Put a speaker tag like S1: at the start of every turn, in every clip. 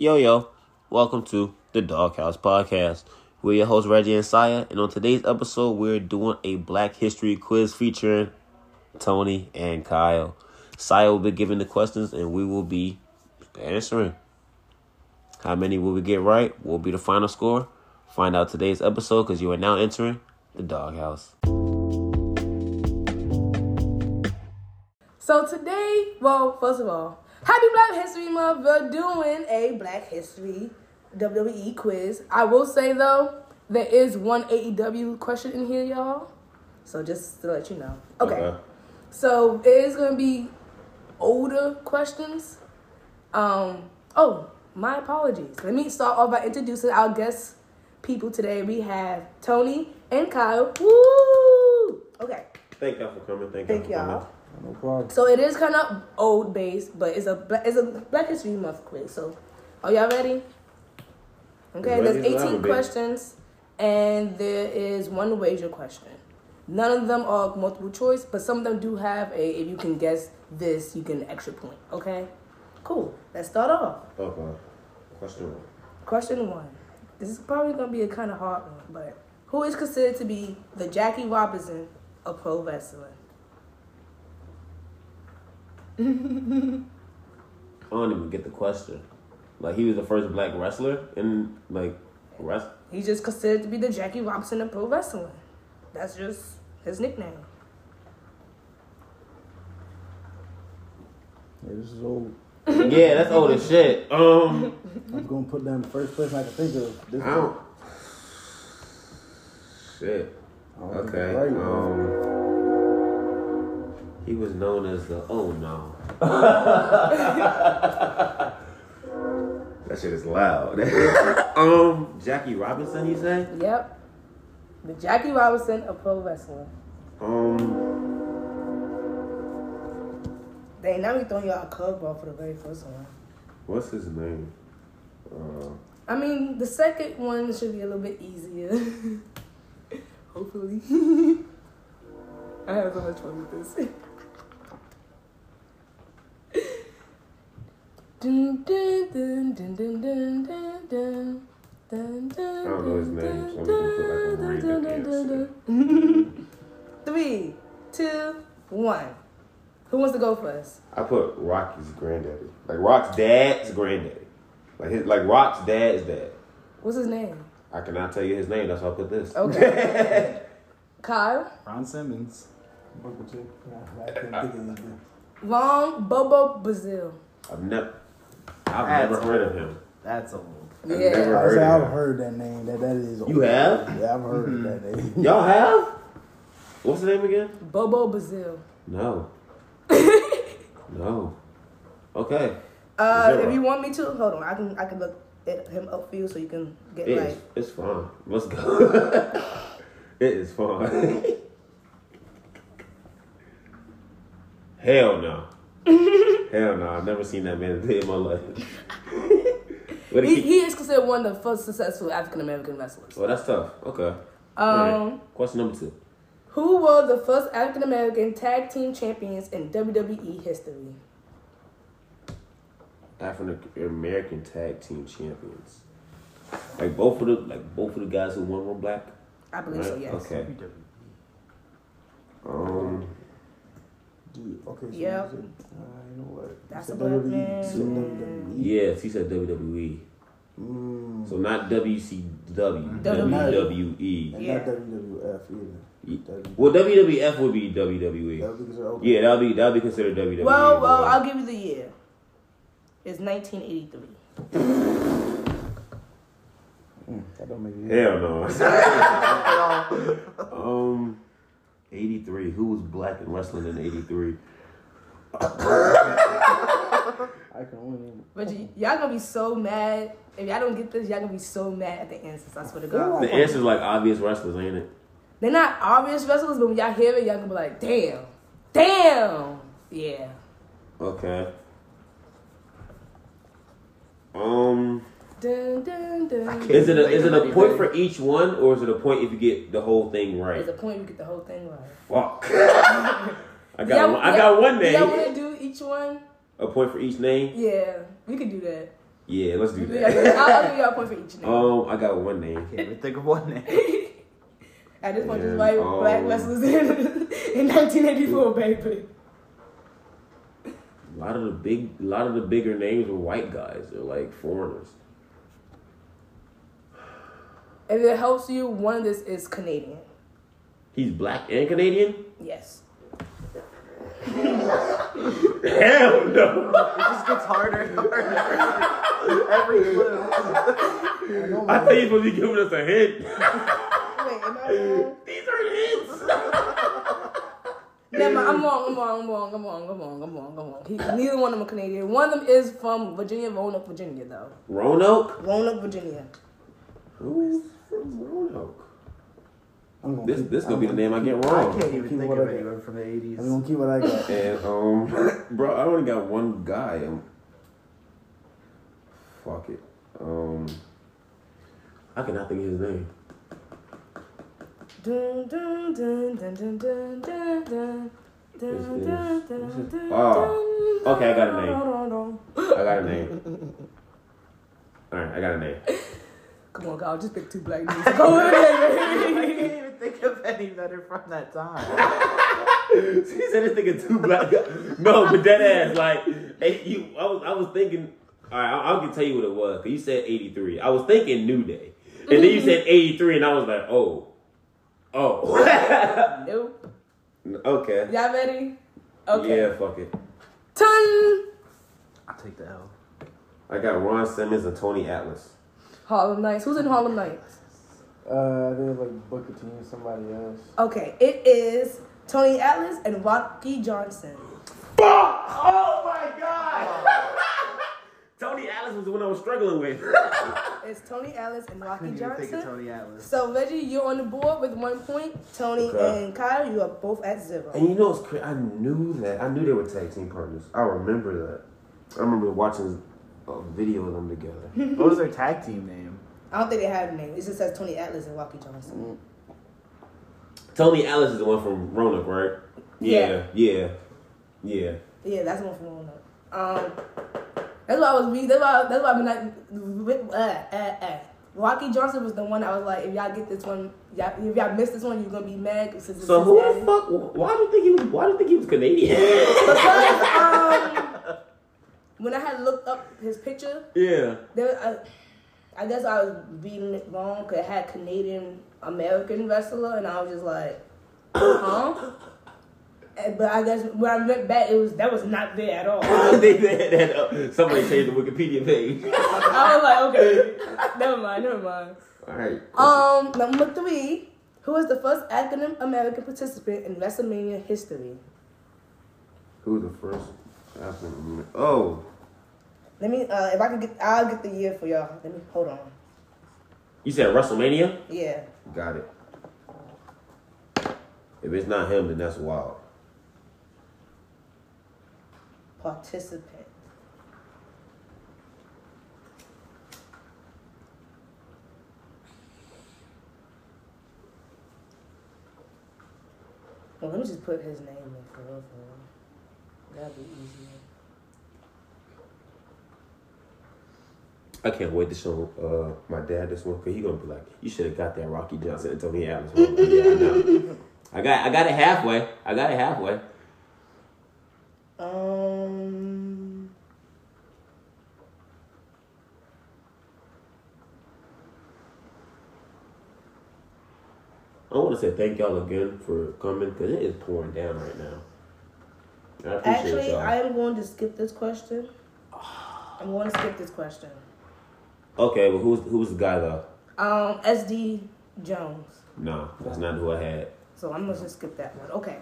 S1: Yo, yo, welcome to the Doghouse Podcast. We're your hosts, Reggie and Saya, and on today's episode, we're doing a Black History quiz featuring Tony and Kyle. Saya will be giving the questions, and we will be answering. How many will we get right? What will be the final score? Find out today's episode because you are now entering the Doghouse.
S2: So today, well, first of all, happy Black History Month. We're doing a Black History WWE quiz. I will say though, there is one AEW question in here, y'all. So just to let you know. Okay. So it is gonna be older questions. Um. Oh, my apologies. Let me start off by introducing our guest people today. We have Tony and Kyle. Woo! Okay.
S1: Thank y'all for coming. Thank,
S2: Thank y'all.
S3: No problem.
S2: So it is kind of old based, but it's a bla- it's a Black History Month quiz. So, are y'all ready? Okay,
S1: Ready
S2: there's
S1: as I am,
S2: 18
S1: baby.
S2: questions, and there is one wager question. None of them are multiple choice, but some of them do have a. If you can guess this, you get an extra point. Okay, cool. Let's start off.
S1: Okay. Question one.
S2: Question one. This is probably gonna be a kind of hard one, but who is considered to be the Jackie Robinson of pro wrestling?
S1: I don't even get the question. Like he was the first black wrestler in like rest.
S2: He's just considered to be the Jackie Robinson of pro wrestling. That's just his nickname.
S3: Yeah, this is old.
S1: yeah, that's old as shit. Um,
S3: I'm gonna put down the first person I can think of. This
S1: I don't. Shit.
S3: I don't think
S1: Okay.
S3: it's right.
S1: Um, he was known as the oh no. that shit is loud. um, Jackie Robinson, you say?
S2: Yep. The Jackie Robinson of pro wrestling.
S1: Um,
S2: Dang, now we throwing y'all a curveball for the very first one.
S1: what's his name? Uh,
S2: I mean, the second one should be a little bit easier. Hopefully. I have so much fun with this. Dun, dun, dun, dun, dun, dun, dun, dun. Dun, dun,
S1: I don't know his
S2: dun,
S1: name, so I'm
S2: dun,
S1: gonna put, like, a
S2: dun,
S1: random
S2: dun, dun, dun,
S1: answer.
S2: dun. Three, two, one. Who wants to go first?
S1: I put Rocky's granddaddy. Like Rock's dad's granddaddy. Like his like Rock's dad's dad.
S2: What's his name?
S1: I cannot tell you his name, that's why I put this.
S2: Okay. Kyle?
S3: Ron Simmons. Uncle Jay. Nah, I can't think of anything.
S2: Wrong. Bobo Brazil.
S1: I've never I've
S4: That's-
S1: never heard of him.
S4: That's old.
S1: I've
S2: Yeah.
S1: never
S3: I
S1: heard
S3: was like,
S1: of
S3: I've
S1: him.
S3: heard that name. That that is.
S1: You have? Mm-hmm.
S3: Yeah, I've heard that name.
S1: Y'all have? What's the name again?
S2: Bobo Brazil.
S1: No. no. Okay.
S2: Uh,
S1: Zero.
S2: if you want me to, hold on. I can I can look it, him up for you so you can get
S1: It
S2: like.
S1: is it's fine. Let's go. it is fine. Hell no. Hell no. I've never seen that man a day in my life. what
S2: He,
S1: he,
S2: he is considered one of the first successful African American wrestlers.
S1: oh, that's tough. Okay. All
S2: Um,
S1: right. Question number two.
S2: who were the first African American tag team champions in WWE history?
S1: African American tag team champions. Like both of the like both of the guys who won were black.
S2: I believe so.
S1: right?
S2: Yes.
S1: Okay. Um.
S3: Dude, okay. So
S2: Yep.
S3: you said, uh, you know what?
S2: That's
S3: You
S2: a
S3: said
S2: black
S3: WWE.
S2: man.
S3: You said WWE.
S1: Yes, he said WWE.
S3: E. Mm,
S1: So not WCW.
S2: E.
S1: WWE.
S3: and
S2: Yeah.
S3: Not WWF either.
S1: Ye-
S3: W- E.
S1: Well, WWF would be WWE.
S3: That's because they're open.
S1: Yeah, that'll be that'll be considered E, WWE.
S2: Well, well, I'll give you the year. It's 1983.
S3: Mm, That don't make it.
S1: hell no. um, eighty three. Who was black and wrestling in eighty three?
S3: I can only.
S2: But y- y'all gonna be so mad if y'all don't get this. Y'all gonna be so mad at the answers. I swear to God.
S1: The answer's like obvious wrestlers, ain't it?
S2: They're not obvious wrestlers, but when y'all hear it, y'all gonna be like, damn, damn, yeah.
S1: Okay. Um,
S2: Dun, dun, dun.
S1: is it a,
S4: Like,
S1: is it
S4: I'm
S1: a
S4: not
S1: point
S4: even-
S1: for each one, or is it a point if you get the whole thing right?
S2: There's a point you get the whole thing right.
S1: Fuck. I got one, I got one
S2: Y'all
S1: name.
S2: wanna do each one?
S1: A point for each name.
S2: Yeah, we could do that.
S1: Yeah, let's do
S2: Yeah,
S1: that.
S2: I'll, I'll give y'all a point for each name.
S1: Um, I got one name.
S4: Can't really think of one name.
S2: At this point,
S1: yeah,
S2: this white
S1: um,
S2: black wrestlers in, in 1984, baby.
S1: A lot of the big, a lot of the bigger names are white guys. They're like foreigners.
S2: If it helps you, one of this is Canadian.
S1: He's black and Canadian.
S2: Yes.
S1: Hell no!
S4: It just gets harder and harder. Every clue.
S1: I thought you were supposed to be giving us a hint.
S2: Wait, am I wrong?
S1: These are hints.
S2: Never mind, I'm wrong, I'm wrong, I'm wrong, I'm wrong, I'm wrong, I'm wrong, I'm wrong. He, neither one of them are Canadian. One of them is from Virginia, Roanoke, Virginia, though.
S1: Roanoke.
S2: Roanoke, Virginia.
S1: Who's from Roanoke?
S3: I'm gonna
S1: This
S3: keep-
S1: this gonna
S3: I'm
S1: be the name I get
S4: I
S1: wrong.
S4: can't even think of anyone from the
S3: I'm
S4: 80s.
S3: gonna keep what I got.
S1: And um, bro, I only got one guy. Um, fuck it. Um, I cannot think of his name.
S2: Dun, dun, dun, dun, dun, dun, dun, dun.
S1: Is-
S2: Dun,
S1: is-
S2: dun, dun,
S1: is it-
S2: dun,
S1: oh,
S2: dun,
S1: okay, I got a
S2: dun,
S1: name.
S2: dun, dun.
S1: I got a name. All right, I got a name.
S2: Come on, God, just pick two black names. Go ahead.
S4: I can't even think of any that are from that time.
S1: she said this nigga two black guys. No, but that ass like hey, you. I was I was thinking. All right, I, I can tell you what it was. 'cause you said eighty three. I was thinking New Day, and then you said eighty three, and I was like, oh, oh.
S2: Nope.
S1: okay.
S2: Y'all ready? Okay.
S1: Yeah, fuck it.
S2: Ton.
S4: I'll take the L.
S1: I got Ron Simmons and Tony Atlas.
S2: Harlem Nights. Who's in Harlem Nights?
S3: Uh, I think it's like Booker T and somebody else.
S2: Okay, it is Tony Atlas and Rocky Johnson.
S1: Fuck! Oh my god! Tony Atlas was the one I was struggling with.
S2: It's Tony Atlas and Rocky
S4: Couldn't even think of
S2: Johnson.
S4: Tony Atlas.
S2: So Reggie, you're on the board with one point. Tony
S1: Okay.
S2: and Kyle, you are both at zero.
S1: And you know, it's cra I knew that. I knew they were tag team partners. I remember that. I remember watching a video of them together.
S4: What was their tag team name?
S2: I don't think they have a name. It just says Tony Atlas and Rocky
S1: Mm.
S2: Johnson.
S1: Tony Atlas is the one from Roanoke, right?
S2: Yeah.
S1: yeah, yeah.
S2: Yeah, that's one from one Um, that's why I was. re- That's why. That's why I'm not. Uh, uh, uh. Rocky Johnson was the one I was like, if y'all get this one, y'all, if y'all miss this one, you're gonna be mad. Since it's
S1: So
S2: his
S1: who
S2: daddy.
S1: the fuck? Why do you think he was? Why do you think he was Canadian?
S2: Because um, when I had looked up his picture,
S1: yeah.
S2: there I, I guess I was reading it wrong because it had Canadian American wrestler, and I was just like, huh? And- But I guess when I went back, it was that was not there at all. I
S1: they had that up. Somebody changed the Wikipedia page.
S2: was like, okay, never mind, never mind.
S1: All right.
S2: Um, number three, who was the first African American participant in WrestleMania history?
S1: Who the first? African American- Oh,
S2: Let me, uh, if I can get, I'll get the year for y'all. Let me hold on.
S1: you said WrestleMania?
S2: Yeah.
S1: Got it. If it's not him, then that's wild.
S2: participant. Well, let me just put his name in for real, for real. That'd be easier.
S1: I can't wait to show uh, my dad this one because he's gonna be like, "You should have got that Rocky Johnson and Tony Adams." one." yeah, I know. I got, I got it halfway. I got it halfway.
S2: Um.
S1: I want to say thank y'all again for coming because it is pouring down right now. I appreciate
S2: Actually,
S1: y'all.
S2: I am going to skip this question. I'm going to skip this question.
S1: okay, well, who's who's the guy though?
S2: Um, SD Jones.
S1: No, that's not who I had.
S2: So I'm gonna just skip that one. Okay.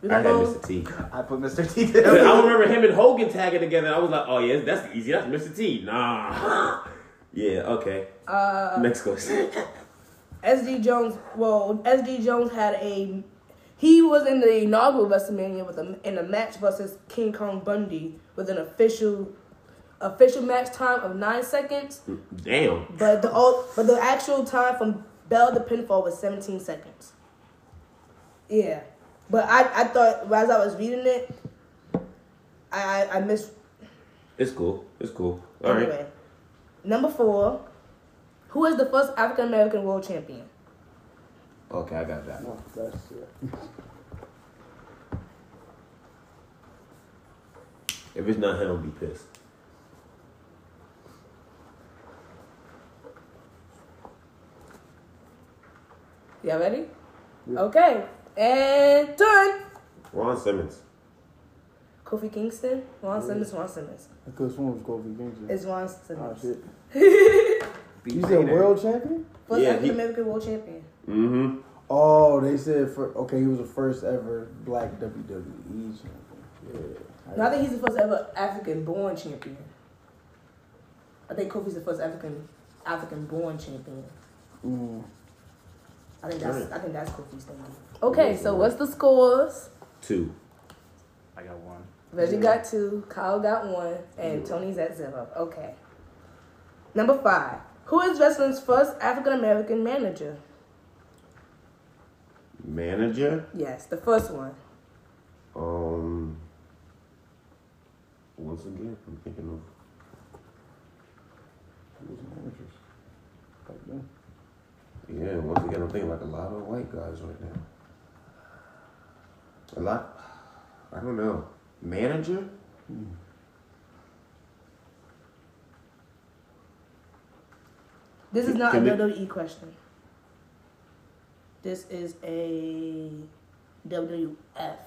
S2: We're
S1: I had
S2: gonna go.
S1: Mr. T.
S4: I put Mr. T
S1: I
S4: down.
S1: remember him and Hogan tagging together. I was like, "Oh yeah, that's easy. That's Mr. T." Nah. yeah. Okay.
S2: Uh,
S1: Next question.
S2: SD Jones, well, SD Jones had a, he was in the inaugural WrestleMania with a, in a match versus King Kong Bundy with an official, official match time of nine seconds,
S1: Damn.
S2: but the all, but the actual time from bell to pinfall was seventeen seconds. Yeah, but I I thought as I was reading it, I I, I missed
S1: It's cool. It's cool. All right.
S2: anyway. Number four, who is the first African American world champion?
S1: Okay, I got that.
S3: No, Oh, that's it.
S1: If it's not him, I'll be pissed.
S2: Y'all ready?
S3: Yeah.
S2: Okay. And done.
S1: Ron Simmons.
S2: Kofi Kingston, Ron Simmons, Ron Simmons.
S3: I thought someone was going to be injured.
S2: It's Ron
S3: Oh,
S2: Simmons.
S3: shit.
S4: Beat
S3: You said
S4: Vader.
S3: world champion?
S2: First
S1: Yeah, he-
S2: African American world champion.
S1: Mm-hmm.
S3: Oh, they said for okay, he was the first ever black WWE champion. Yeah.
S2: No, I think he's the first ever African born champion. I think Kofi's the first African African born champion.
S3: Mm.
S2: I think that's I think that's Kofi's thing. Okay, so what's the scores?
S1: Two.
S4: I got one.
S2: Reggie got two, Kyle got one, and Tony's at zero. Okay. Number five. Who is wrestling's first African American manager?
S1: Manager.
S2: Yes, the first one.
S1: Um. Once again, I'm thinking of
S3: Who's the managers? Like them.
S1: Yeah, once again, I'm thinking like a lot of white guys right now. A lot. I don't know. Manager?
S2: This is not a
S1: Can we-
S2: WWE question. This is a WF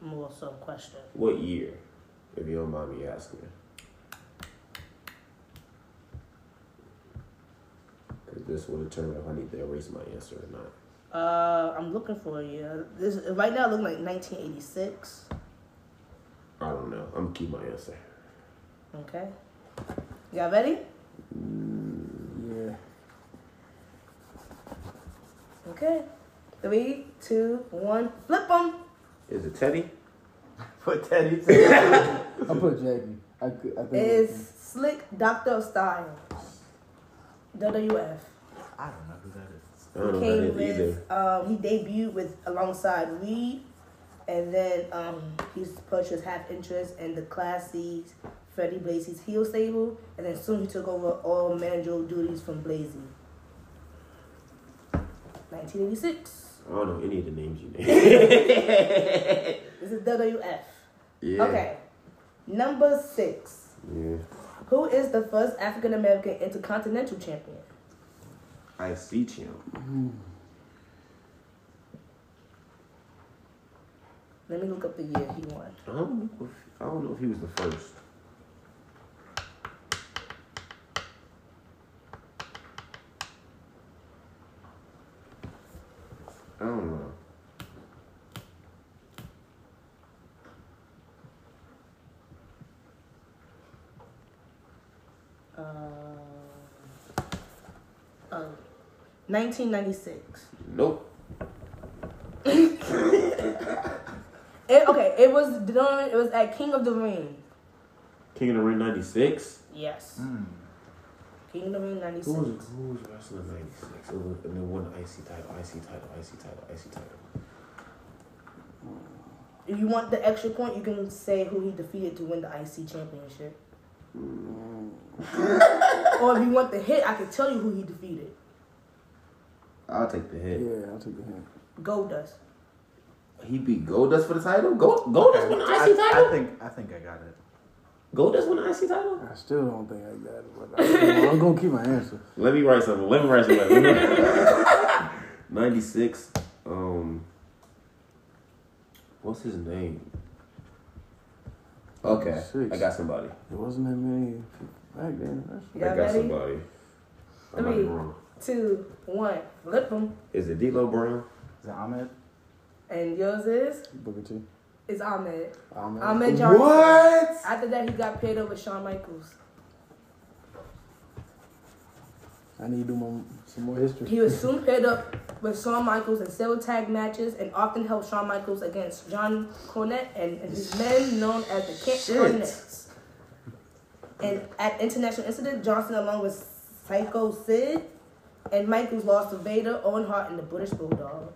S2: more so question.
S1: What year? If you don't mind me asking. Because this will determine if I need to erase my answer or not.
S2: Uh, I'm looking for you. This right now it looks like 1986.
S1: I don't know. I'm gonna keep my answer.
S2: Okay, y'all ready?
S3: Yeah.
S2: Okay, three, two, one, flip them.
S1: Is it Teddy?
S4: Put Teddy to
S3: I put Jackie. I, could- I think
S2: Is Slick Doctor of Style? WF.
S4: I don't know who that is.
S1: I don't know
S2: came
S1: that is either.
S2: with um, he debuted with alongside Reed, and then um, he's purchased half interest in the Classy Freddie Blasey's heel stable, and then soon he took over all managerial duties from Blasey. 1986.
S1: I don't know any of the names you named.
S2: This is WWF.
S1: yeah.
S2: Okay, number six.
S1: Yeah.
S2: Who is the first African American Intercontinental Champion?
S1: I see champ.
S2: Let me look up the year he won.
S1: I don't know if, I don't know if he was the first. I don't know.
S2: Uh, oh, 1996.
S1: Nope.
S2: It, okay, it was during, it was at King of the Ring.
S1: King of the Ring '96.
S2: Yes,
S4: Hmm.
S2: King of the Ring
S1: Who was
S2: '96.
S1: who was wrestling '96? And then won the IC title, IC title, IC title, IC title.
S2: If you want the extra point, you can say who he defeated to win the IC championship.
S1: Hmm.
S2: or if you want the hit, I can tell you who he defeated.
S1: I'll take the hit.
S3: Yeah, I'll take the hint.
S2: Goldust.
S1: He beat Goldust for the title. Gold Goldust won the
S4: I,
S1: IC
S4: I
S1: title.
S4: think I think I got it.
S1: Goldust won the IC title.
S3: I still don't think I got it, but I, I'm gonna keep my answer.
S1: Let me write something. Let me write something. Ninety six. Um, what's his name? Okay, I got somebody.
S3: There wasn't that many people back then. That's
S2: Y'all
S1: I got
S2: ready?
S1: somebody. I might be
S2: Three.
S1: wrong.
S2: Two, one, flip him.
S1: Is it D'Lo Brown?
S4: Is it Ahmed?
S2: And yours is
S3: Booker T.
S2: is Ahmed.
S3: I'm
S2: Ahmed Johnson.
S1: What?
S2: After that, he got paired up with Shawn Michaels.
S3: I need to do my, some more history.
S2: He was soon paired up with Shawn Michaels in several tag matches and often helped Shawn Michaels against John Cornette and his men known as the Kent
S1: Shit.
S2: Cornettes. And at International Incident, Johnson, along with Psycho Sid and Michaels, lost to Vader, Owen Hart, and the British Bulldog.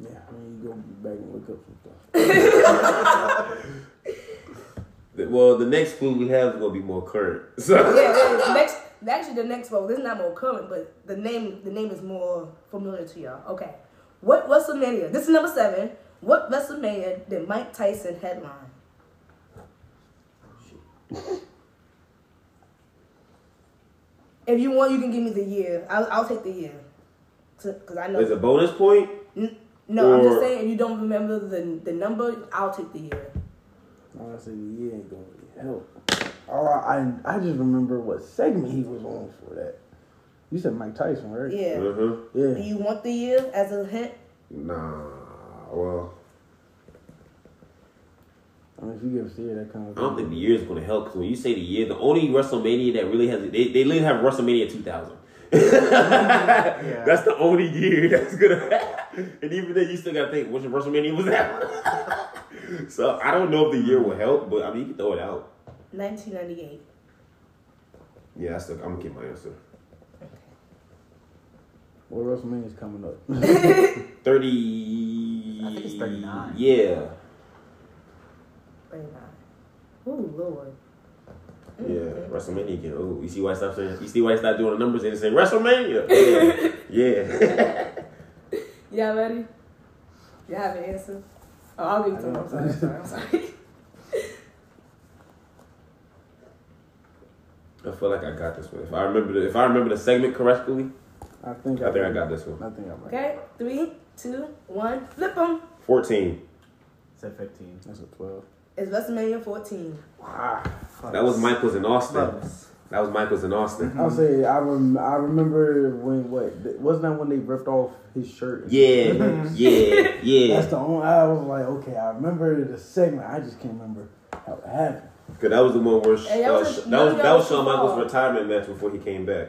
S3: Yeah, I mean, you go back and look up some stuff.
S1: The- Well, the next food we have is gonna be more current. So
S2: Yeah, that is next. Actually, the next one. This is not more current, but the name the name is more familiar to y'all. Okay, what WrestleMania? This is number seven. What WrestleMania did Mike Tyson headline? if you want, you can give me the year. I'll, I'll take the year, because I know.
S1: it's a bonus point.
S2: N- no, I'm just
S1: or-
S2: saying. If you don't remember the the number, I'll take the year.
S3: Honestly, he ain't gonna really help. All I, I I just remember what segment he was on for that. You said Mike Tyson, right?
S2: Yeah.
S1: Uh-huh.
S2: Do
S3: Yeah.
S2: you want the year as a hint?
S1: Nah. Well,
S3: I mean, if you give us the year, that kind of.
S1: I don't think the year is going to help because when you say the year, the only WrestleMania that really has they they literally have WrestleMania 2000. That's the only year that's gonna. and even then, you still gotta think which WrestleMania was that. so I don't know if the year will help, but I mean you can throw it out.
S2: 1998.
S1: Yeah, that's the, I'm gonna keep my answer.
S3: Well, WrestleMania's coming up.
S1: Thirty.
S4: I think it's 39.
S1: Yeah,
S2: Wait a minute. Ooh, Oh, Lord.
S1: yeah. WrestleMania again. Oh, you see why I stopped saying? You see why I stopped doing the numbers and saying WrestleMania? yeah.
S2: Y'all ready? Y'all have an answer? Oh, I'll give it to him. I'm sorry. I'm sorry. I'm sorry.
S1: I feel like I got this one. If I remember, the, if I remember the segment correctly,
S3: I think
S1: I think I got this one.
S3: I think I might.
S2: okay, three, two, one. Flip them.
S1: Fourteen.
S4: Said 15.
S3: That's a twelve.
S2: It's WrestleMania 14.
S4: Wow.
S1: That was Michaels in Austin.
S4: Close.
S1: That was Michaels in Austin.
S2: Mm-hmm.
S3: I'll say I rem- I remember when what th- wasn't that when they ripped off his shirt?
S2: Mm-hmm.
S1: Yeah, yeah,
S3: That's
S1: yeah.
S3: the only I was like, okay, I remember the segment. I just can't remember how it happened.
S1: Cause that was the one where sh-
S2: Hey, that
S1: uh,
S2: was
S1: sh-
S2: a-
S1: that was
S2: no,
S1: that was
S2: that was
S1: Shawn Michaels'
S2: far.
S1: retirement match before he came back.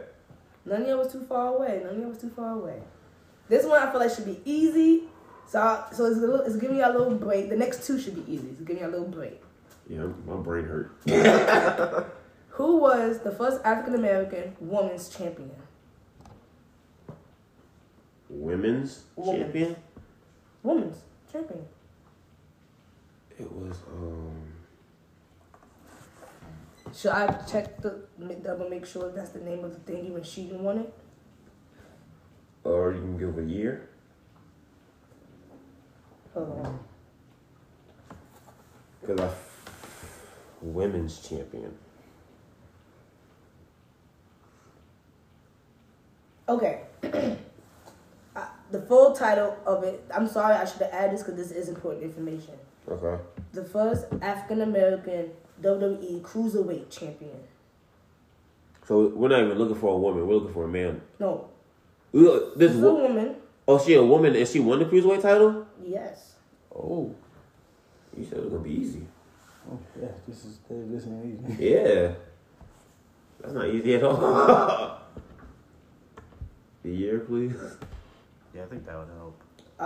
S2: None of y'all was too far away. None of y'all was too far away. This one I feel like should be easy. So, I, so it's, a little, it's giving y'all a little break. The next two should be easy. It's giving y'all a little break.
S1: Yeah, my brain hurt.
S2: Who was the first African American women's champion?
S1: Women's
S2: Woman.
S1: champion.
S2: Women's champion.
S1: It was um.
S2: Should I check the double make sure that's the name of the thing even she didn't want it?
S1: Or you can give a year.
S2: Hold on.
S1: Cause I. F- women's champion.
S2: Okay. Uh, the full title of it. I'm sorry, I should have added this because this is important information.
S1: Okay.
S2: The first African American WWE E Cruiserweight Champion.
S1: So we're not even looking for a woman. We're looking for a man.
S2: No,
S1: Look, This
S2: it's a
S1: wo-
S2: woman.
S1: oh, she a woman and she won the cruiserweight title.
S2: Yes.
S3: Oh,
S1: You said it was gonna be easy.
S3: oh yeah, this is this ain't easy.
S1: Yeah. That's not easy at all. the year, please.
S4: Yeah, I think that would help.
S2: Uh.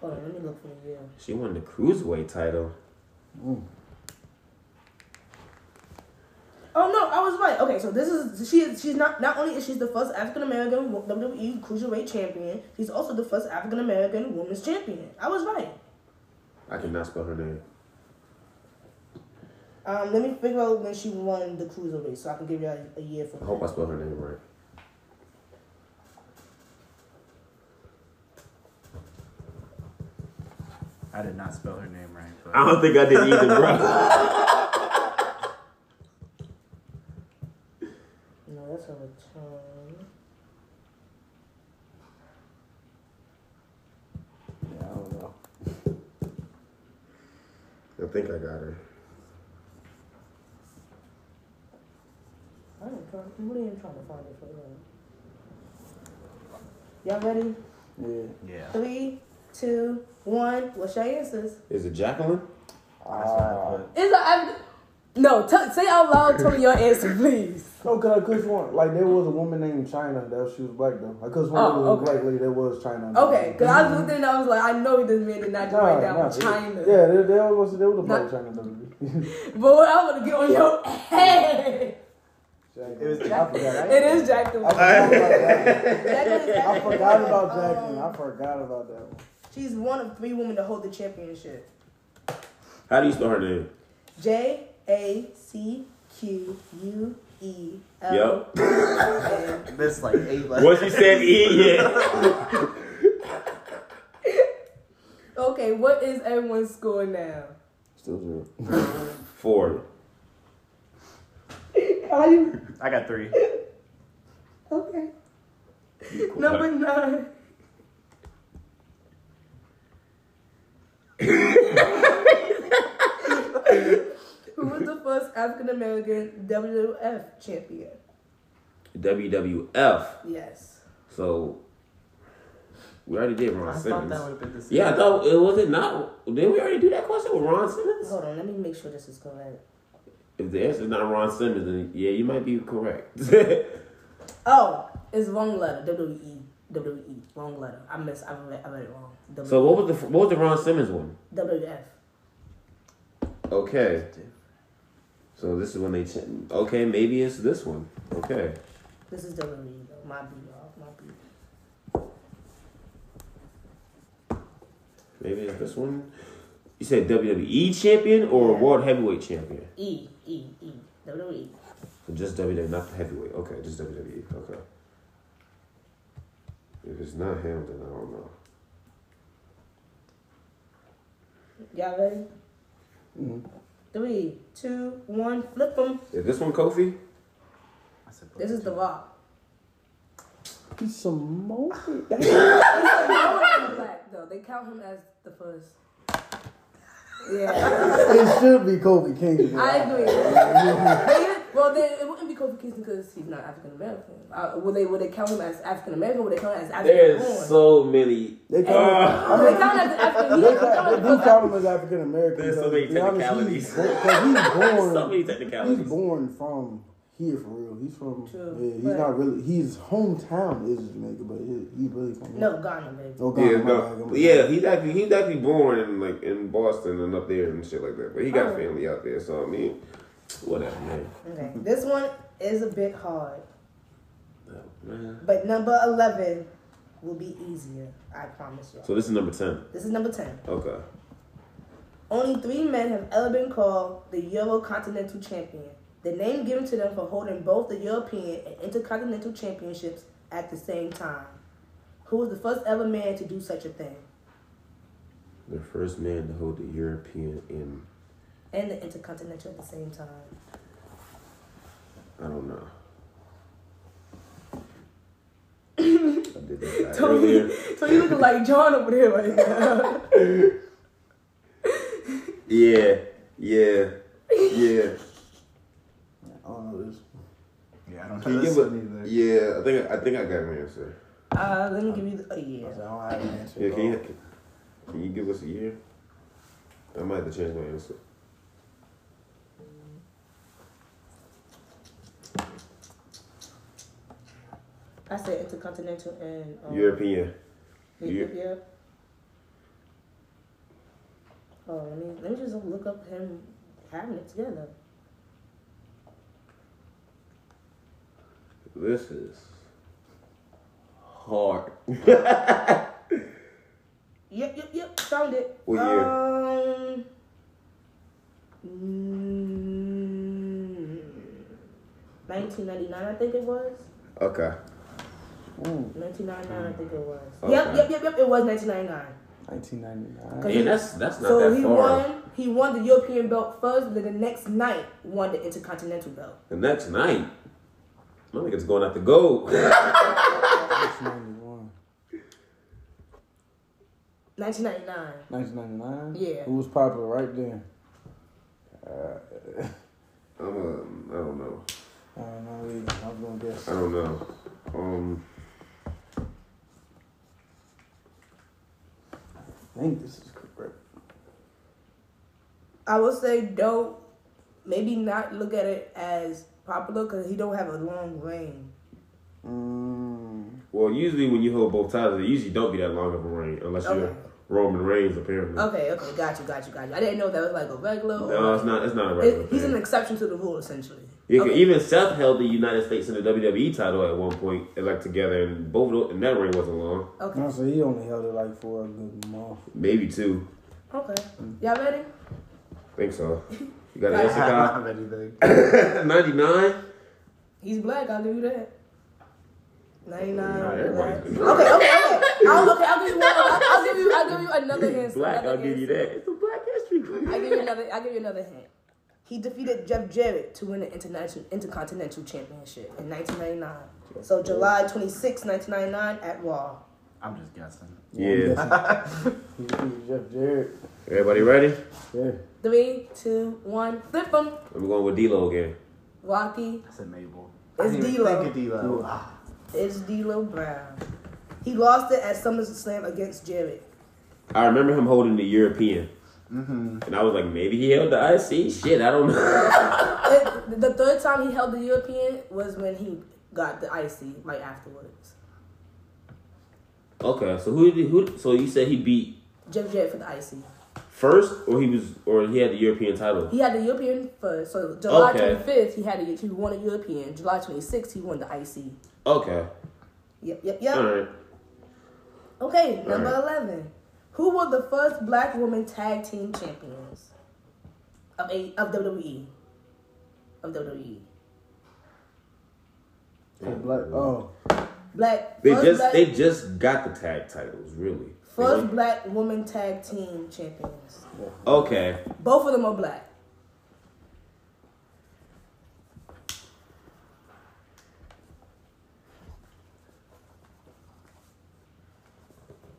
S2: Hold on, let me look for the year.
S1: She won the cruiserweight title.
S3: Mm.
S2: Oh no, I was right. Okay, so this is she is she's not not only is she the first African American WWE E Cruiserweight Champion, she's also the first African American Women's Champion. I was right.
S1: I cannot spell her name.
S2: Um, let me figure out when she won the Cruiserweight, so I can give you a, a year for
S1: I hope I spell her name right.
S4: I did not spell her name right. But
S1: I don't think I did either, bro.
S2: No, that's a return.
S3: Yeah, I don't know.
S1: I think I got her.
S2: I don't try. I'm really am trying to find it for you. Y'all ready?
S3: Yeah,
S4: Yeah.
S2: Three, two, one. What's your answers?
S1: Is it Jacqueline?
S4: That's what
S3: Ah.
S4: I put.
S2: Is I no t- say out loud. Tell me your answer, please.
S3: no, cause I could one like there was a woman named China that she was black though. I could sworn
S2: Oh,
S3: there was
S2: okay.
S3: a black lady that was China.
S2: Okay, because I looked at it and I was like, I know this man did not just write down China.
S3: Yeah, they, they was they were the black
S2: Not-
S3: China WWE.
S2: But what I want to get on your head.
S3: Jacqueline.
S4: It was
S3: I
S4: Jacqueline,
S3: forgot.
S4: right?
S2: It is Jack the
S3: I forgot about
S2: Jack
S3: that.
S2: the-
S3: I forgot about Jacqueline. I forgot about that one.
S2: She's one of three women to hold the championship.
S1: How do you spell her name?
S2: J A C Q U E L.
S1: Yup.
S2: N.
S4: This like eight letters.
S1: Once you said E, yeah.
S2: Okay, what is everyone's score now?
S3: Still zero.
S1: Four.
S2: How you?
S4: I got three.
S2: Okay. Number nine. Who was the first African American WWF champion?
S1: WWF.
S2: Yes.
S1: So we already did Ron
S4: I thought
S1: Simmons.
S4: that would have been the same.
S1: yeah, I thought it was it not. Did we already do that question with Ron Simmons?
S5: Hold on, let me make sure this is correct.
S1: If the answer is not Ron Simmons, then yeah, you might be correct.
S2: Oh, it's wrong letter. WWE. WWE. E, Wrong letter. I miss. I read, I read it wrong. W-
S1: so what was the what was the Ron Simmons one?
S2: WWF.
S1: Okay. So this is when they ch- okay maybe it's this one. Okay.
S5: This is WWE though. My B, y'all. My B.
S1: Maybe it's this one. You said WWE champion or world heavyweight champion?
S5: E, E, E. WWE.
S1: So just WWE, not the heavyweight. Okay, just WWE. Okay. If it's not him, then I don't know.
S5: Y'all ready?
S3: Mhm.
S5: Three, two, one, flip them.
S1: Is this one Kofi?
S4: I said
S5: This is The Rock.
S3: He's Samoan.
S2: black though. They count him as the first. Yeah,
S3: it should be Kobe Kingston.
S2: I agree. They- well, then it wouldn't be Kofi Kingston because he's not African American. Uh, would they would they count him as African American? Would they count him as African
S1: There's
S2: born?
S1: so many.
S3: They count,
S1: Ah.
S2: they count him as African. He
S3: they
S2: doesn't
S3: count,
S2: count
S3: they do
S2: as
S3: count him as African American.
S1: There's so many technicalities.
S3: He's, born- 'cause he's born.
S1: So many
S3: He's
S1: technicalities.
S3: born from here for real. He's from.
S5: True.
S3: Yeah, he's
S5: But-
S3: not really. His hometown is Jamaica, but he, he's really from.
S5: No, Ghana, baby.
S3: Oh, God,
S1: Yeah,
S3: my bad,
S1: no,
S3: my bad.
S1: yeah, he's actually he's actually born in like in Boston and up there and shit like that. But he got family out there, so I mean, whatever, man.
S5: Okay. This one is a bit hard.
S1: Oh, man.
S5: But number 11 will be easier. I promise y'all.
S1: So this is number ten.
S5: This is number 10.
S1: Okay.
S5: Only three men have ever been called the Eurocontinental Champion, the name given to them for holding both the European and Intercontinental Championships at the same time. Who was the first ever man to do such a thing?
S1: The first man to hold the European in
S5: And the Intercontinental at the same time.
S1: I don't know. I did that guy earlier.
S2: Tony, Tony looking like John over there right now.
S1: Yeah, yeah, yeah,
S3: I don't know this.
S4: Yeah, I don't
S1: Can
S4: know
S1: you
S4: this
S1: give a-
S4: one either.
S1: yeah. I think I think I got my answer.
S5: Uh, let me give you the. Oh,
S3: I
S5: yeah.
S3: said, I don't have an answer.
S1: Yeah,
S3: dog.
S1: can you can you give us a year? I might have to change my answer.
S5: I said Intercontinental and.
S1: Oh.
S5: Um,
S1: European.
S5: Yeah.
S1: Europe.
S5: yeah. Oh, let me, let me just look up him having it together.
S1: This is hard.
S5: Yep, yep, yep. Found it.
S1: What year?
S5: Um, mm, 1999, I think it was.
S1: Okay.
S5: Mm. 1999, I think it was.
S1: Okay.
S5: Yep, yep, yep, yep. It was 1999.
S3: 1999.
S1: Yeah, that's that's not
S5: so
S1: that
S5: he
S1: far.
S5: won. He won the European belt first, but the next night won the Intercontinental belt.
S1: The next night, my nigga's going out the gold.
S3: 1991.
S5: 1999.
S3: 1999.
S5: Yeah.
S3: It was popular right then.
S1: I'm um, I don't know.
S3: I don't know either. I was gonna guess.
S1: I don't know. Um,
S3: I think this is correct.
S2: I would say don't maybe not look at it as popular because he don't have a long reign.
S3: Mm,
S1: well, usually when you hold both titles, they usually don't be that long of a reign unless you're
S2: Okay. Oh.
S1: Roman Reigns, apparently.
S2: Okay, okay, got you, got you, got you. I didn't know that was like a regular. or-
S1: No, it's not. It's not a
S2: It-
S1: regular
S2: he's
S1: thing.
S2: an exception to the rule essentially.
S1: You could-
S2: Okay.
S1: Even Seth held the United States and the WWE title at one point, and, like together, and both of them, and that ring wasn't long,
S2: Okay.
S3: No, so he only held it like for a good month.
S1: maybe two.
S2: Okay. Y'all ready?
S1: think so. You got an
S2: I
S4: I
S1: answer,
S4: don't have anything.
S1: Kyle? Ninety nine.
S2: He's black. I'll give you that. Ninety
S1: Nah,
S2: nine. Okay.
S1: everybody's
S2: Okay. Okay.
S6: I'll, okay, I'll give you one. I'll, I'll give you. I'll give you another hint.
S1: black.
S6: another
S1: I'll give you
S6: hint.
S1: that. It's a Black History
S6: I'll
S1: Month.
S6: give you another. I'll give you another hint.
S2: He defeated Jeff Jarrett to win the international intercontinental championship in 1999. So July 26, 1999 at Raw.
S4: I'm just guessing.
S1: Yeah.
S3: He defeated Jeff Jarrett.
S1: Everybody ready?
S3: Yeah.
S6: Three, two, one. Flip them.
S1: I'm going with D-Lo again.
S6: Rocky.
S4: I said Mabel. I
S2: It's
S4: didn't even
S2: D-Lo.
S4: Think of D-Lo. Ah,
S2: It's D'Lo Brown. He lost it at SummerSlam against Jarrett.
S1: I remember him holding the European.
S3: Mm-hmm.
S1: And I was like, maybe he held the IC. Shit, I don't know.
S2: It- the third time he held the European was when he got the icy right afterwards.
S1: okay, so who did he- who? So you said he beat
S2: Jeff Jarrett for the icy.
S1: first, or he was, or he had the European title.
S2: He had the European first. So July
S1: Okay.
S2: 25th, he had a, he won a European. July 26th, he won the icy.
S1: Okay,
S2: Yep, yep, yep.
S1: all right.
S2: Okay, number
S1: Alright.
S2: 11. Who were the first black women tag team champions of a, of WWE? Of E. WWE.
S3: Oh, black. Oh,
S2: Black
S1: They
S2: first
S1: just
S2: black,
S1: they just got the tag titles, really.
S2: first black woman tag team champions.
S1: Okay,
S2: Both of them are black.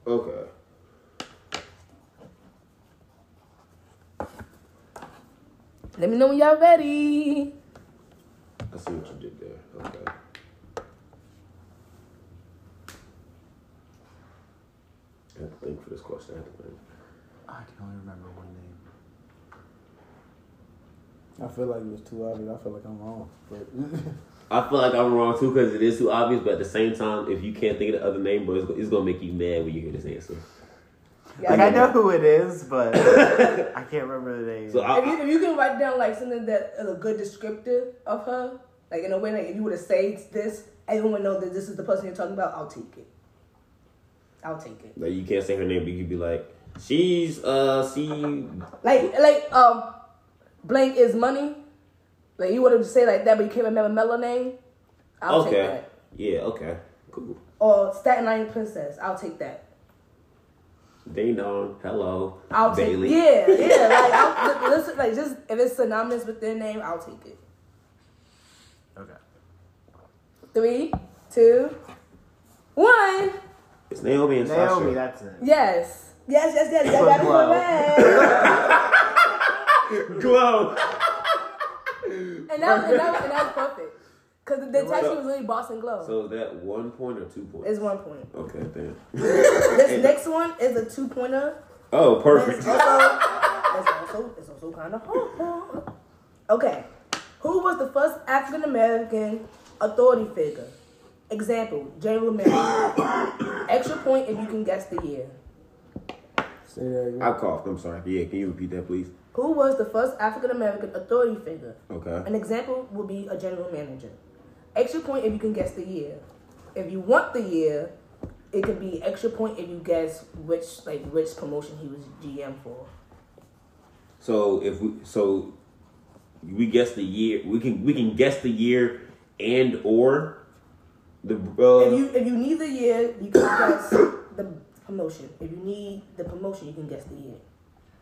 S1: okay.
S2: Let me know when y'all ready.
S1: I see what you did there. Okay. I have to think for this question. I have to think.
S4: I can only remember one name.
S3: I feel like it was too obvious. I feel like I'm wrong. But
S1: I feel like I'm wrong too because it is too obvious, but at the same time, if you can't think of the other name, bro, it's, go- it's gonna make you mad when you hear this answer.
S4: Like I know who it is, but I can't remember the name.
S1: So I,
S2: If you, if you can write down like something that is a good descriptor of her, like in a way like if you were to say this, everyone would know that this is the person you're talking about, I'll take it. I'll take it.
S1: like you can't say her name, but you be like, she's uh, she
S2: Like like um blank is money. Like you would have say like that but you can't remember Mellow name. I'll take
S1: okay,
S2: that.
S1: yeah, okay, cool.
S2: Or Staten Island Princess, I'll take that.
S1: Ding dong, hello,
S2: I'll
S1: Bailey.
S2: take Yeah, yeah. Like I'll, li- listen, like just if it's synonymous with their name, I'll take it.
S4: okay.
S2: Three, two, one.
S1: It's Naomi and
S4: Naomi,
S1: Sasha.
S4: that's it.
S2: Yes. Yes, yes, yes. That
S4: Wow.
S2: got it correct.
S1: Glow.
S2: And that was and that was, and that was perfect. Cause the, the tag
S1: So-
S2: team was really Boston Glow.
S1: So is that one point or two points?
S2: it's one point.
S1: Okay, then.
S2: This next one is a two pointer.
S1: Oh,
S2: It's
S1: perfect.
S2: also, it's also, it's also kind of hard. Okay, who was the first African American authority figure? Example: Jane Romero. Extra point if you can guess the year.
S3: say that again.
S1: I coughed. I'm sorry. Yeah, can you repeat that, please?
S2: Who was the first African American authority figure?
S1: Okay.
S2: An example would be a general manager. Extra point if you can guess the year. If you want the year, it could be extra point if you guess which like which promotion he was GM for.
S1: So if we so we guess the year we can we can guess the year and or the uh,
S2: If you if you need the year, you can guess the promotion. If you need the promotion, you can guess the year.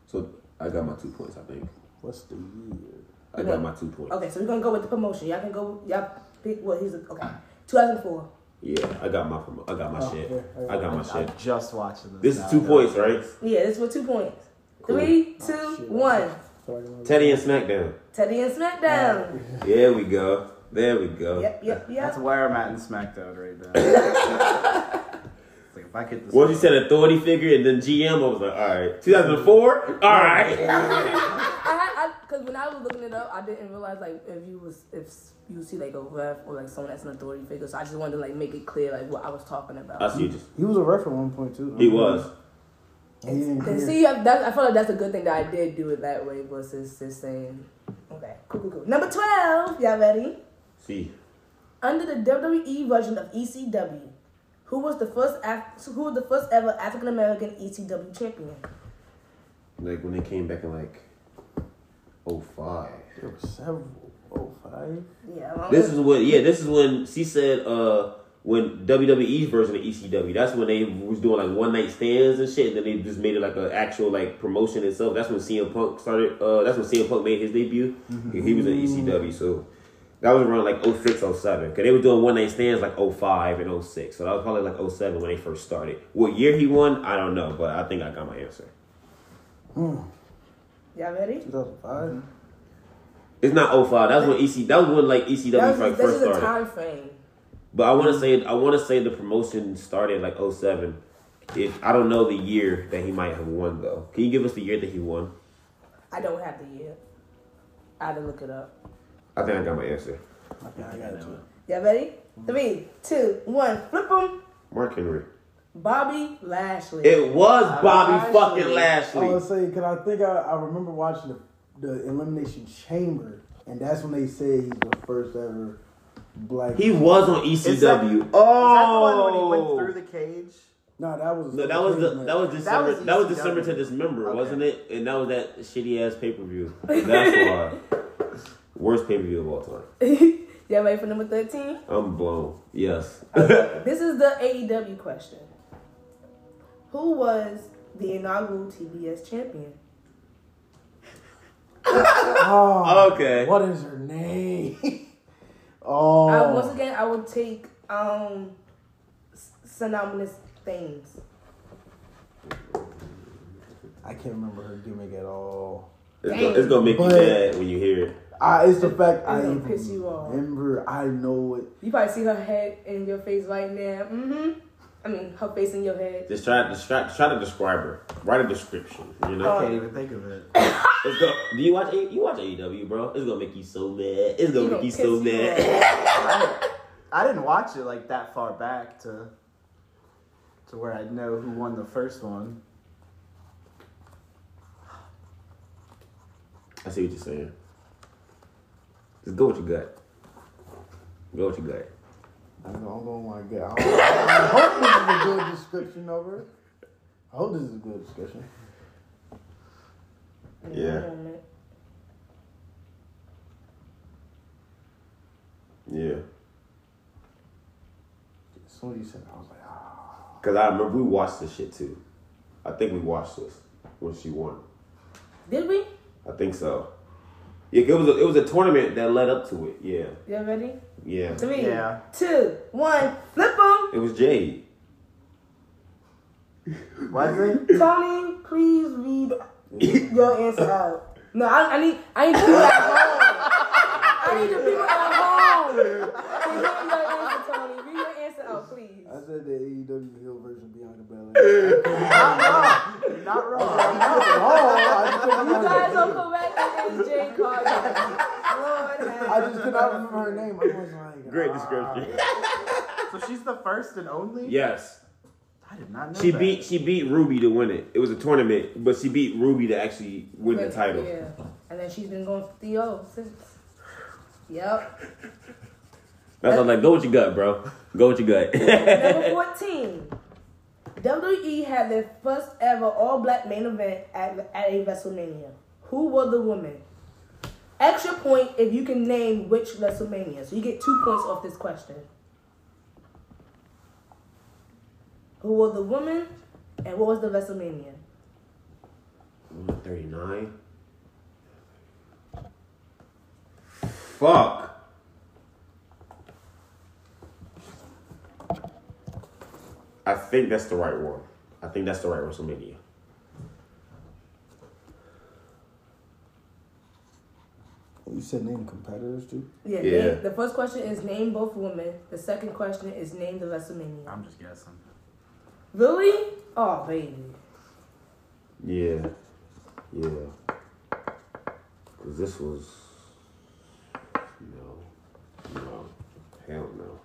S1: so I got my two points I think
S3: What's the year?
S1: I got my two points
S2: Okay, so we're gonna go with the promotion. Y'all can go. Y'all pick what he's okay. Two thousand four.
S1: yeah I got my promo- I got my
S3: Oh,
S1: shit
S3: yeah,
S1: I got my
S4: I'm
S1: shit
S4: just watching this.
S1: this
S4: now.
S1: is two points right
S2: Yeah, this was two points.
S1: Cool.
S2: Three, two, one.
S3: Oh, shit. I feel like I'm-
S1: Teddy and SmackDown
S2: Teddy and SmackDown.
S1: there we go there we go
S2: Yep, yep,
S4: That's
S2: yep.
S4: where I'm at in SmackDown right now. it's like if I get this.
S1: once you said authority figure and then GM I was like all right 2004 all right
S2: I had because when I was looking it up, I didn't realize like if you was if you see like a ref or like someone that's an authority figure. So I just wanted to like make it clear like what I was talking about.
S1: I see you just
S3: He was a ref at one point too.
S1: he was
S3: He didn't
S2: And
S3: care.
S1: Mm.
S2: see, I, that, I feel like that's a good thing that I did do it that way versus just saying, Okay, cool, cool, cool. Number 12, y'all ready?
S1: See,
S2: Under the WWE version of ECW, who was the first Af- who was the first ever African American ECW champion?
S1: like when they came back in like 05.
S3: There were several. Oh, five.
S2: Yeah, I'm-
S1: This is what, yeah, this is when she said, uh, when WWE's version of ECW, that's when they was doing like one night stands and shit. Then they just made it like an actual like promotion itself. That's when CM Punk started. Uh, that's when CM Punk made his debut.
S2: Mm-hmm.
S1: And He was in ECW, so that was around like 06, 07. Because they were doing one night stands like 05 and 06. So that was probably like 07 when they first started. What year he won, I don't know, but I think I got my answer.
S2: Y'all ready?
S3: 2005.
S1: Mm-hmm. It's not 05. That was when EC. That was when like E ECW
S2: That was,
S1: like,
S2: this
S1: first
S2: is a
S1: started.
S2: time frame.
S1: But I want to say I want to say the promotion started like 07. If I don't know the year that he might have won though. Can you give us the year that he won?
S2: I don't have the year. I had to look it up.
S1: I think I got my answer.
S3: I think I got two.
S2: Y'all ready? Three, two, one. Flip him.
S1: Mark Henry.
S2: Bobby Lashley.
S1: It was Bobby
S4: Uh, Lashley. Oh,
S1: fucking
S3: I was
S1: Lashley.
S3: saying, because I think I, I remember watching the, the Elimination Chamber, and that's when they said he's the first ever black.
S1: He was on ECW.
S4: Is that- is
S1: oh.
S4: Is that the one when he went through the cage?
S3: no, that was
S1: no, that was the that was
S4: That
S1: December
S4: was
S1: that was, December
S4: ECW.
S1: to December,
S4: Okay.
S1: wasn't it? And that was that shitty ass pay per view. That's why worst pay per view of all time.
S2: Y'all ready for number 13?
S1: I'm blown. Yes.
S2: This is the AEW question. Who was the inaugural TBS champion?
S3: Oh,
S1: okay.
S3: What is her name? oh,
S2: I, once again, I will take um s- synonymous things.
S3: I can't remember her gimmick at all.
S1: It's, gonna, it's gonna make
S3: But-
S1: you mad when you hear it.
S3: I, it's the fact I
S2: gonna piss you off.
S3: remember. I know it.
S2: You probably see her head in your face right now. Mm-hmm. I mean, her face in your head.
S1: Just try, just try, try to describe her. Write a description. You know.
S4: I can't even think of it.
S1: It's gonna, do you watch? A- You watch AEW, bro? It's gonna make you so mad. It's gonna
S2: He
S1: make
S2: gonna
S1: you so
S2: piss you
S1: mad.
S2: off.
S4: I didn't watch it like that far back to to where I know who won the first one.
S1: I see what you're saying. Just go with your gut. Go with your gut.
S3: I don't know my god. I hope this is a good description of her. I hope this is a good description.
S1: Yeah. Yeah.
S3: As soon as you said, it, I was like, ah.
S1: Cause I remember we watched this shit too. I think we watched this when she won.
S2: Did we?
S1: I think so. Yeah, it was a, it was a tournament that led up to it. Yeah,
S2: Y'all ready?
S1: yeah.
S2: Three, two, one.
S4: Yeah.
S2: Flip them.
S1: It was Jade.
S4: Was it?
S2: Tony, please read your answer out. No, I, I need I need people at home. I need the people at home. Please read your answer, Tony. Read your answer out, please.
S3: I said the AEW heel version Bianca Belair.
S4: You're not wrong.
S2: You guys
S3: oh, I
S2: are correct. It is Jane Carter. Lord have
S3: just could not remember her name. I was like,
S1: Great
S3: ah.
S1: description.
S4: So she's the first and only.
S1: yes.
S4: I did not know.
S1: She
S4: that.
S1: beat she beat Ruby to win it. It was a tournament, but she beat Ruby to actually win the
S2: mercy.
S1: title.
S2: Yeah. And then she's been going Theo since. Yep.
S1: That's why I'm like, go with your gut, bro. Go with your gut.
S2: Number 14. WWE had their first ever all black main event at, at a WrestleMania. Who were the women? Extra point if you can name which WrestleMania. So you get two points off this question. Who were the women and what was the WrestleMania?
S1: 39. Fuck. I think that's the right one. I think that's the right WrestleMania.
S3: Oh, You said name competitors too?
S2: Yeah.
S1: Yeah.
S2: name- the first question is name both women. The second question is name the WrestleMania.
S4: I'm just guessing.
S2: Really? Oh, baby.
S1: Yeah. Yeah. Cause this was no. No. Hell no.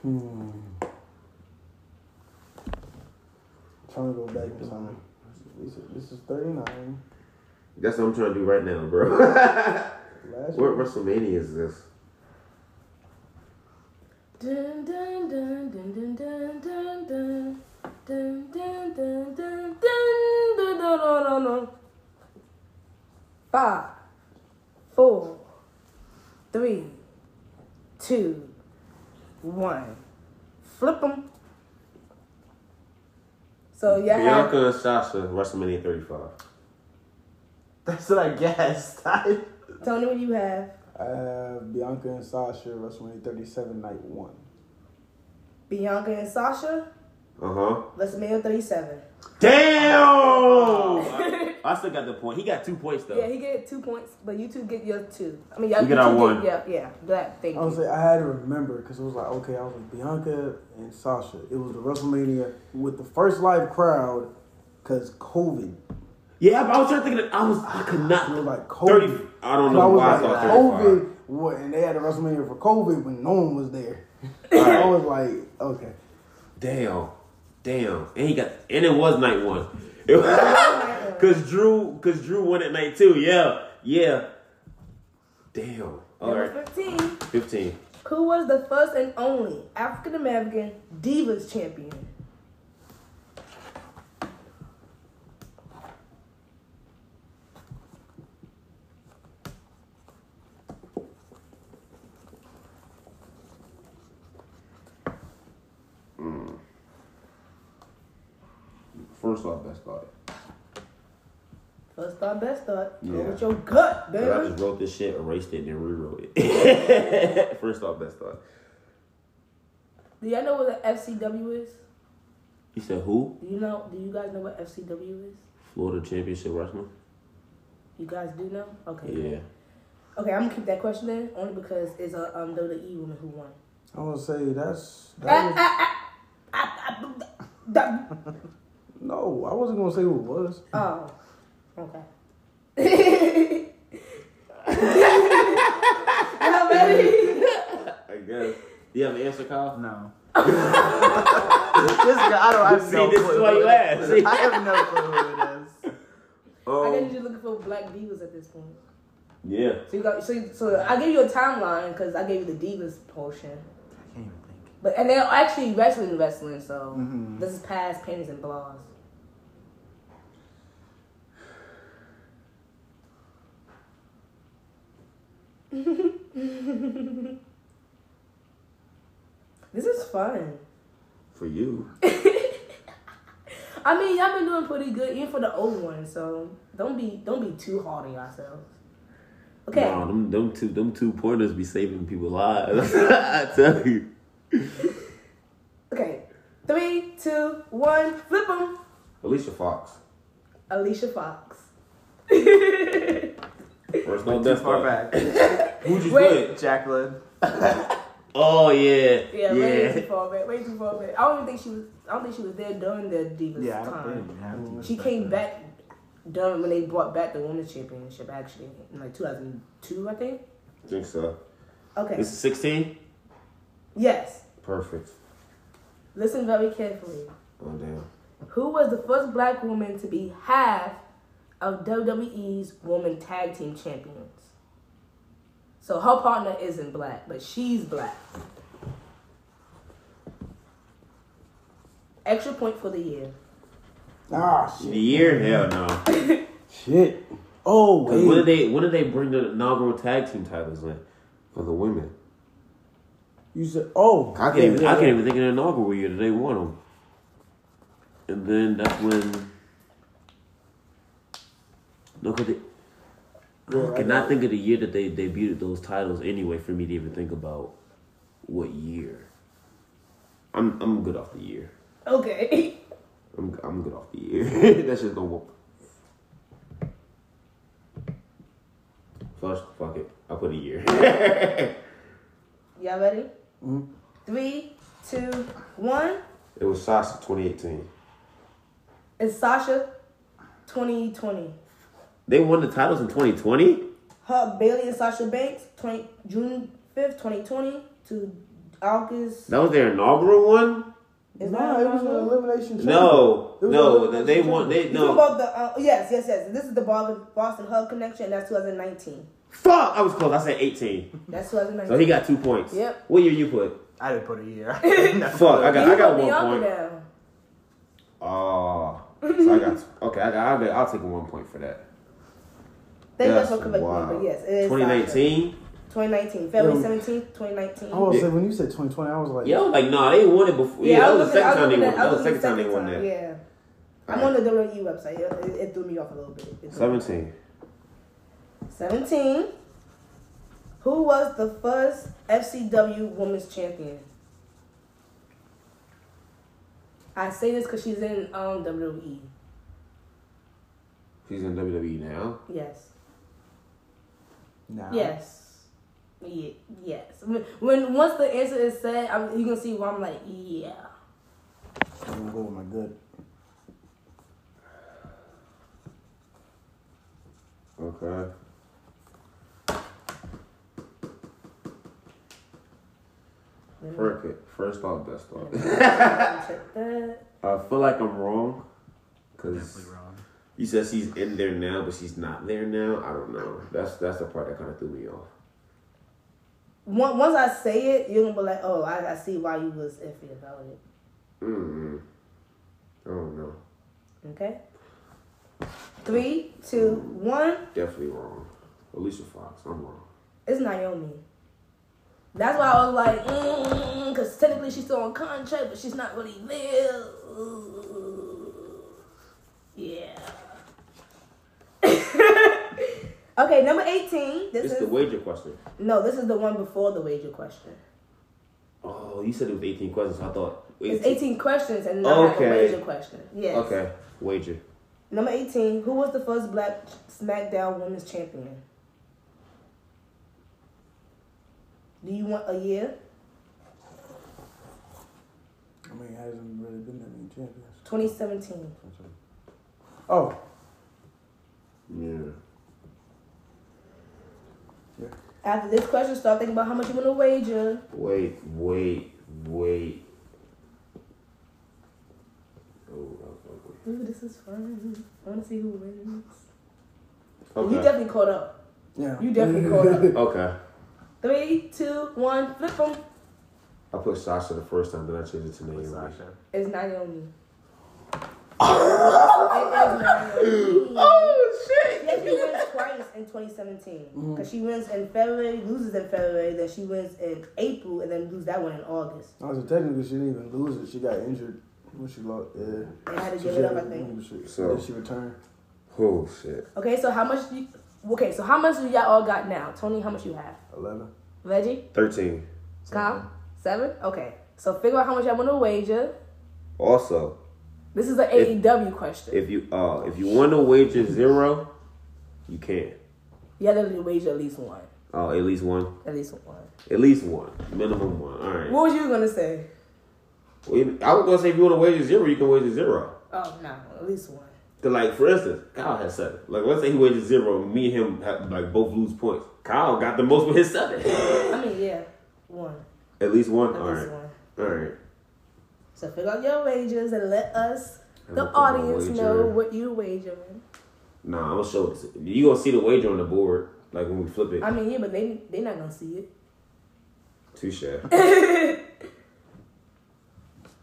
S3: Hmm. Trying to go back in time. This is, this is 39.
S1: That's what I'm trying to do right now, bro.
S3: Last
S1: what WrestleMania is this?
S7: Dun, dun, dun, dun, dun, dun, dun, dun. Dun, dun, dun, dun, dun, dun, dun, dun, dun, dun. Five, four, three, two, one. Flip them. So yeah,
S1: Bianca and Sasha, WrestleMania 35.
S4: That's what I guessed. I,
S2: Tony, what do you have?
S3: I have Bianca and Sasha, WrestleMania 37, night one.
S2: Bianca and Sasha,
S1: Uh huh.
S2: WrestleMania 37.
S1: Damn! I still got the point. He got two points though.
S7: yeah, he get two points, but you two get your two. I mean, yeah,
S1: We
S7: you
S1: get
S7: two
S1: our one.
S7: Yeah, yeah, that thank
S3: I was
S7: you.
S3: like, I had to remember because it was like, okay, I was with Bianca and Sasha. It was the WrestleMania with the first live crowd because COVID.
S1: Yeah, but I was trying to think of it. I was I could not.
S3: It was like COVID.
S1: Thirty. I don't
S3: So I
S1: know
S3: was
S1: why I
S3: like,
S1: thought thirty-five.
S3: COVID, what, and they had a WrestleMania for COVID when no one was there. I was like, okay.
S1: Damn, damn, and he got and it was night one. It was- Cause Drew, cause Drew won at night two. Yeah, yeah. Damn. All
S2: Number
S1: right,
S2: 15.
S1: fifteen.
S2: Who was the first and only African American Divas champion?
S1: First off, best thought.
S2: First thought, best thought.
S1: Yeah.
S2: Go with your gut,
S1: But I
S2: baby.
S1: just wrote this shit, erased it, and rewrote it. First off, best thought.
S2: Do y'all know what the FCW is?
S1: You said who?
S2: Do you know? Do you guys know what FCW is?
S1: Florida Championship Wrestling.
S2: You guys do know? Okay.
S1: Yeah.
S2: Okay, I'm gonna keep that question in only because it's a um WWE woman who won.
S3: I was gonna say that's
S2: Ah,
S3: that was,
S2: ah, ah, ah, ah, ah, ah.
S3: no. I wasn't gonna say who it was.
S2: Oh, okay. Y'all ready?
S1: I guess. Do you have an answer, Kyle?
S4: no. this guy, I don't have
S1: See,
S4: no
S1: this
S4: clue
S1: is why
S4: who
S1: you
S4: it
S1: asked.
S4: is. I have no clue who
S2: I
S4: it is.
S2: guess you're
S1: Um,
S2: just looking for black divas at this point.
S1: yeah.
S2: So you got so you, so I gave you a timeline because I gave you the divas portion,
S4: I can't even think.
S2: but and they're actually wrestling wrestling. So
S4: Mhm.
S2: this is past panties and bras. this is fun.
S1: For you.
S2: I mean, y'all been doing pretty good, even for the old ones. So don't be don't be too hard on yourselves. Okay.
S1: Nah, them, them two them two pointers be saving people lives. I tell you.
S2: Okay, three, two, one, flip 'em.
S1: Alicia Fox.
S2: Alicia Fox.
S1: First no
S4: Too
S1: best
S4: far
S1: thought.
S4: back.
S1: Who'd you
S2: Wait.
S1: put?
S4: Jacqueline.
S1: Oh yeah. Yeah.
S2: Yeah, way too far back. Way too far back. I don't even think she was. I don't think she was there during the Divas
S4: Yeah, I don't think
S2: time.
S4: you have to.
S2: She came back during when they brought back the Women's Championship, actually, in like 2002, I think.
S1: Think so.
S2: Okay.
S1: This is sixteen?
S2: yes.
S1: Perfect.
S2: Listen very carefully.
S1: Oh damn.
S2: Who was the first black woman to be half of WWE's Women Tag Team Champions? So her partner isn't black, but she's black. Extra point for the year.
S3: Ah
S1: The
S3: shit.
S1: year? Hell no.
S3: Shit. Oh
S1: Cause when did
S3: wait.
S1: they when did they bring the inaugural tag team titles in? For the women.
S3: You said oh.
S1: I can't
S3: yeah,
S1: even
S3: yeah,
S1: I can't
S3: yeah.
S1: even think of the inaugural year that they won them. And then that's when Look at the
S3: Yeah,
S1: I
S3: I
S1: cannot
S3: got
S1: think of the year that they debuted those titles anyway for me to even think about what year. I'm I'm good off the year.
S2: Okay.
S1: I'm I'm good off the year. That's just gonna work. First, fuck it. I put a year. it
S2: Y'all ready?
S3: Mhm.
S2: Three, two, one.
S1: was Sasha 2018.
S2: It's Sasha 2020.
S1: They won the titles in 2020.
S2: Her Bailey and Sasha Banks, 20, June 5th, 2020 to August.
S1: That was their inaugural one.
S2: Is
S3: no,
S2: that
S3: it was an
S2: wrong?
S3: elimination. chamber.
S1: No,
S3: It was
S1: no,
S3: an
S1: they,
S3: elimination
S1: they
S3: chamber.
S1: want they
S2: You talking
S1: no.
S2: about the uh, yes, yes, yes. This is the Boston Boston Hub connection. and That's 2019.
S1: Fuck, I was close. I said eighteen,
S2: That's
S1: so
S2: 2019.
S1: he got two points.
S2: Yep.
S1: What year you put?
S4: I didn't put a year.
S1: Fuck, I got
S2: You
S1: I got
S2: put
S1: one
S2: Bianca
S1: point.
S2: down.
S1: Oh, so I got okay. I got, I'll, be- I'll take a one point for that.
S2: They
S1: That's
S2: just don't correct me,
S1: wild.
S2: but yes, it is
S1: Twenty nineteen.
S2: 2019, February
S3: Yeah.
S2: 17th, 2019.
S3: I was
S1: Yeah.
S3: say when you said 2020, I was like,
S1: Yo, like nah, they won it before. Yeah, that was the
S2: looking-
S1: second time they
S2: looking
S1: won.
S2: at-
S1: That was
S2: I
S1: the second time they won
S2: looking
S1: that.
S2: at the second time, Yeah. I'm on the WWE website. It, it, it threw me off a little bit. It threw me off.
S1: Seventeen.
S2: 17. Who was the first FCW Women's Champion?
S8: I say this because she's in um,
S2: E.
S8: WWE.
S1: She's in WWE now.
S2: Yes.
S3: nah.
S8: Yes. Ye- yes. When, when once the answer is said, I'm, you can see why I'm like, yeah.
S3: I'm gonna go with my good.
S1: Okay.
S2: Let me-
S1: Frick it. First thought, best
S2: let
S1: thought.
S2: me check that.
S1: I feel like I'm wrong because
S4: Definitely wrong.
S1: you said she's in there now, but she's not there now. I don't know. That's that's the part that kind of threw me off.
S2: Once once I say it, you're gonna be like, oh, I, I see why you was iffy about it.
S1: Mm. I don't know.
S2: Okay. Three, two, one.
S1: Definitely wrong. Alicia Fox. I'm wrong.
S2: It's Naomi.
S8: That's why I was like, mm, because technically she's still on contract, but she's not really there. Yeah.
S2: Okay, number eighteen. This
S1: It's
S2: is
S1: the wager question.
S2: no. This is the one before the wager question.
S1: Oh, you said it was 18 questions. I thought.
S8: It's 18 questions and not like a
S1: Okay.
S8: major question.
S2: Yes.
S1: Okay. Wager.
S2: Number eighteen. Who was the first Black SmackDown Women's Champion? Do you want a year?
S3: I mean, it hasn't really been that many champions.
S2: Twenty seventeen.
S3: Oh,
S1: Yeah.
S2: After this question, start thinking about how much you want to wager.
S1: Wait, wait, wait. Oh, that was ugly.
S2: Ooh, this is fun. I want to see who wins.
S1: Okay.
S2: You definitely caught up.
S3: yeah.
S2: You Oh, definitely caught up.
S1: okay.
S2: Three, two, one, flip them.
S1: I put Sasha the first time, then I changed it to Naomi.
S4: Sasha.
S2: It's Naomi. it is Naomi.
S1: Oh shit! Mm-hmm.
S2: Yeah, she wins twice in 2017. Because she wins in February, loses in February, then she wins in April, and then lose that one in August.
S3: I was technically she didn't even lose it. She got injured when she lost. Yeah.
S2: They had to
S3: So
S2: give
S3: she
S2: it up, I
S3: had-
S1: Mm-hmm.
S2: think.
S3: She,
S1: So-
S3: so did she return?
S1: Oh shit!
S8: Okay, so how much do you, okay, so how much do y'all all got now? Tony, how much you have?
S3: Eleven.
S8: Reggie?
S1: Thirteen.
S8: Kyle? Seven? Okay. So figure out how much y'all want to wager.
S1: Also,
S8: This is an
S2: E
S8: AEW question.
S1: if you uh if you want to wager zero, you can.
S8: You have to wager at least one.
S1: Oh, at least one.
S8: At least one.
S1: At least one. Minimum one. All right.
S2: What was you gonna say?
S1: Well, you- I was gonna say if you want to wager zero, you can wager zero.
S2: Oh no, at least one.
S1: Cause like for instance, Kyle has seven. Like let's say he wagered zero, me and him have, like both lose points. Kyle got the most with his seven.
S2: I mean, yeah, one.
S1: At least one.
S2: At
S1: All
S2: least
S1: right.
S2: one.
S1: All right.
S2: So figure out your wagers and let us,
S1: I'm
S2: the
S1: gonna put my
S2: audience,
S1: wager.
S2: know what you wagering.
S1: Nah, I'm gonna show it. to- You gonna see the wager on the board, like when we flip it.
S2: I mean, yeah, but they they not gonna see it.
S1: Touche.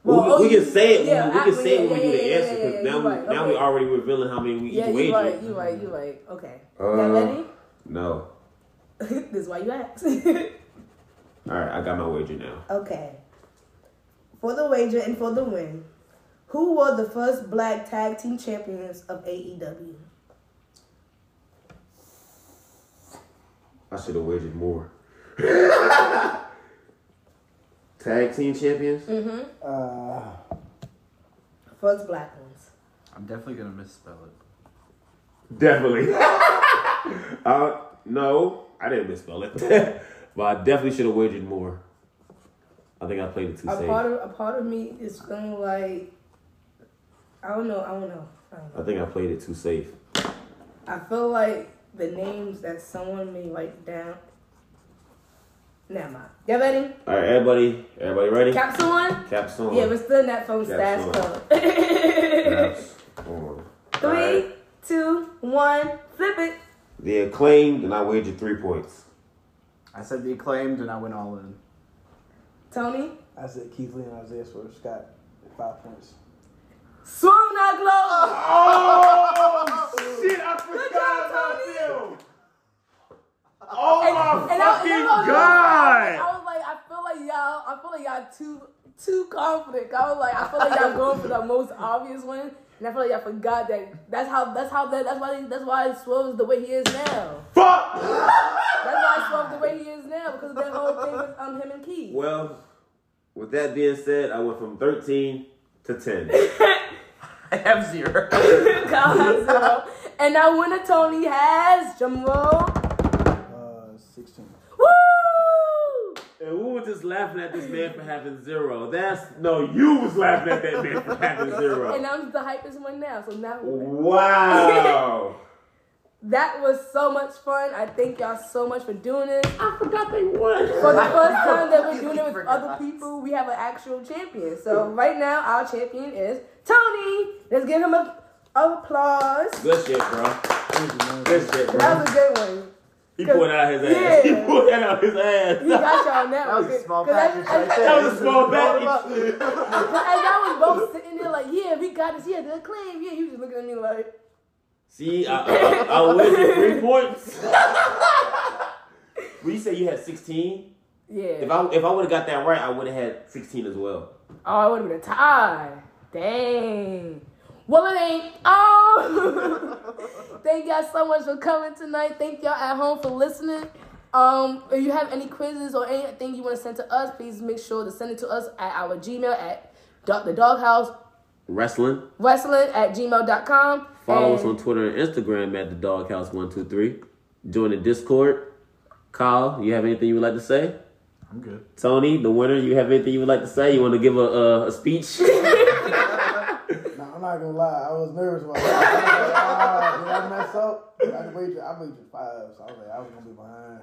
S8: Well,
S1: we,
S8: oh,
S1: we
S8: you-
S1: can say it.
S8: yeah,
S1: when, we can
S8: I-
S1: say it
S8: yeah,
S1: when we do
S8: yeah,
S1: the
S8: yeah,
S1: answer
S8: yeah,
S1: because
S8: yeah,
S1: now
S8: you're
S1: we
S8: right,
S1: now
S8: okay.
S1: we already revealing how many we
S8: Yeah,
S1: each
S8: you
S1: wager.
S8: right, you right, you right. Okay.
S1: Uh,
S8: Y'all ready?
S1: No.
S8: this is why you asked.
S1: All right, I got my wager now.
S2: Okay. For the wager and for the win, who were the first black tag team champions of E AEW?
S1: I should have wagered more. Tag team champions.
S8: Mm.
S3: Uh,
S2: First black ones.
S4: I'm definitely gonna misspell it.
S1: Definitely. uh, no, I didn't misspell it, but I definitely should have wagered more. I think I played it too
S2: A
S1: safe.
S2: part of a part of me is feeling like I don't know, I don't know. I, don't know.
S1: I think I played it too safe.
S2: I feel like the names that someone may write down Never mind. Y'all ready?
S1: All right, everybody, everybody ready?
S2: Capsule one?
S1: Caps on.
S2: Yeah, we're still in that phone stash
S1: Capsule.
S2: club.
S1: Caps on. All right.
S2: Three, two, one, flip it.
S1: The acclaimed, and I wagered three points.
S4: I said the acclaimed, and I went all in.
S2: Tony,
S3: I said Keith Lee and Isaiah Swerve Scott, five points.
S2: swung that glow.
S3: Oh shit! I
S2: Good job, Tony.
S3: Oh
S2: And- and I- and I was-
S3: god!
S2: I was like, I feel like y'all, I feel like y'all too too confident. I was like, I feel like y'all going for the most obvious one, and I feel like y'all forgot that that's how that's how that that's why that's why Swerve's the way he is now.
S3: Fuck!
S2: That's why Swerve's the way he is now because of that whole thing with um him and Keith.
S1: Well, with that being said, I went from 13 to 10.
S4: I have zero.
S2: Kyle has zero. And now winner Tony has drum roll.
S3: Uh, sixteen.
S2: Woo!
S1: and we were just laughing at this man for having zero. That's no, you was laughing at that man for having
S2: And
S1: zero.
S2: I'm the hypest one now, so now
S1: Wow. Mm-hmm.
S2: that was so much fun. I thank y'all so much for doing this.
S1: I forgot they won.
S2: For the first time that we're doing it with
S4: Completely
S2: other
S4: forgot.
S2: people, we have an actual champion. So right now, our champion is Tony. Let's give him a applause.
S1: Good shit, bro. Good shit, bro.
S2: That was a good one.
S1: He pulled out his ass.
S2: Yeah.
S1: He pulled that out his ass.
S2: He got y'all on that,
S4: That
S2: one.
S4: was a small
S2: 'Cause
S4: package
S2: I- I-
S4: right there.
S1: That was a small
S4: package.
S2: And y'all was both sitting there like, yeah, we got this. Yeah, the claim. Yeah, you just looking at me like,
S1: See, I, I, I wasted three points. When you say you had 16,
S2: yeah.
S1: if I if I would have got that right, I would have had 16 as well.
S2: Oh, it would have been a tie. Dang. Well, it ain't. Oh. Thank y'all so much for coming tonight. Thank y'all at home for listening. Um, if you have any quizzes or anything you want to send to us, please make sure to send it to us at our Gmail at dog- the doghouse
S1: Wrestling.
S2: wrestling at gmail.com.
S1: Follow us
S2: And
S1: on Twitter and Instagram at the Doghouse123. Join the Discord. Kyle, you have anything you would like to say?
S4: I'm good.
S1: Tony, the winner, you have anything you would like to say? You want to give a, uh, a, a speech?
S3: Nah, I'm not gonna lie. I was nervous. About that. "Ah, Did I mess up? I wagered. I wagered five, so I was like, I was gonna be behind.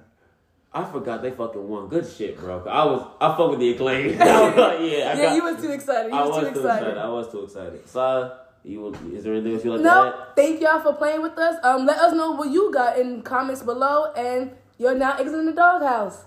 S1: I forgot they fucking won. Good shit, bro. I was I fuck with the acclaim. I was like, yeah, I
S2: Yeah,
S1: got,
S2: you was too excited. You
S1: I
S2: was,
S1: was
S2: too excited.
S1: I was too excited. Sai, you want- is there anything else you like
S2: No,
S1: to add?
S2: thank y'all for playing with us. Um, let us know what you got in comments below, and you're now exiting the doghouse.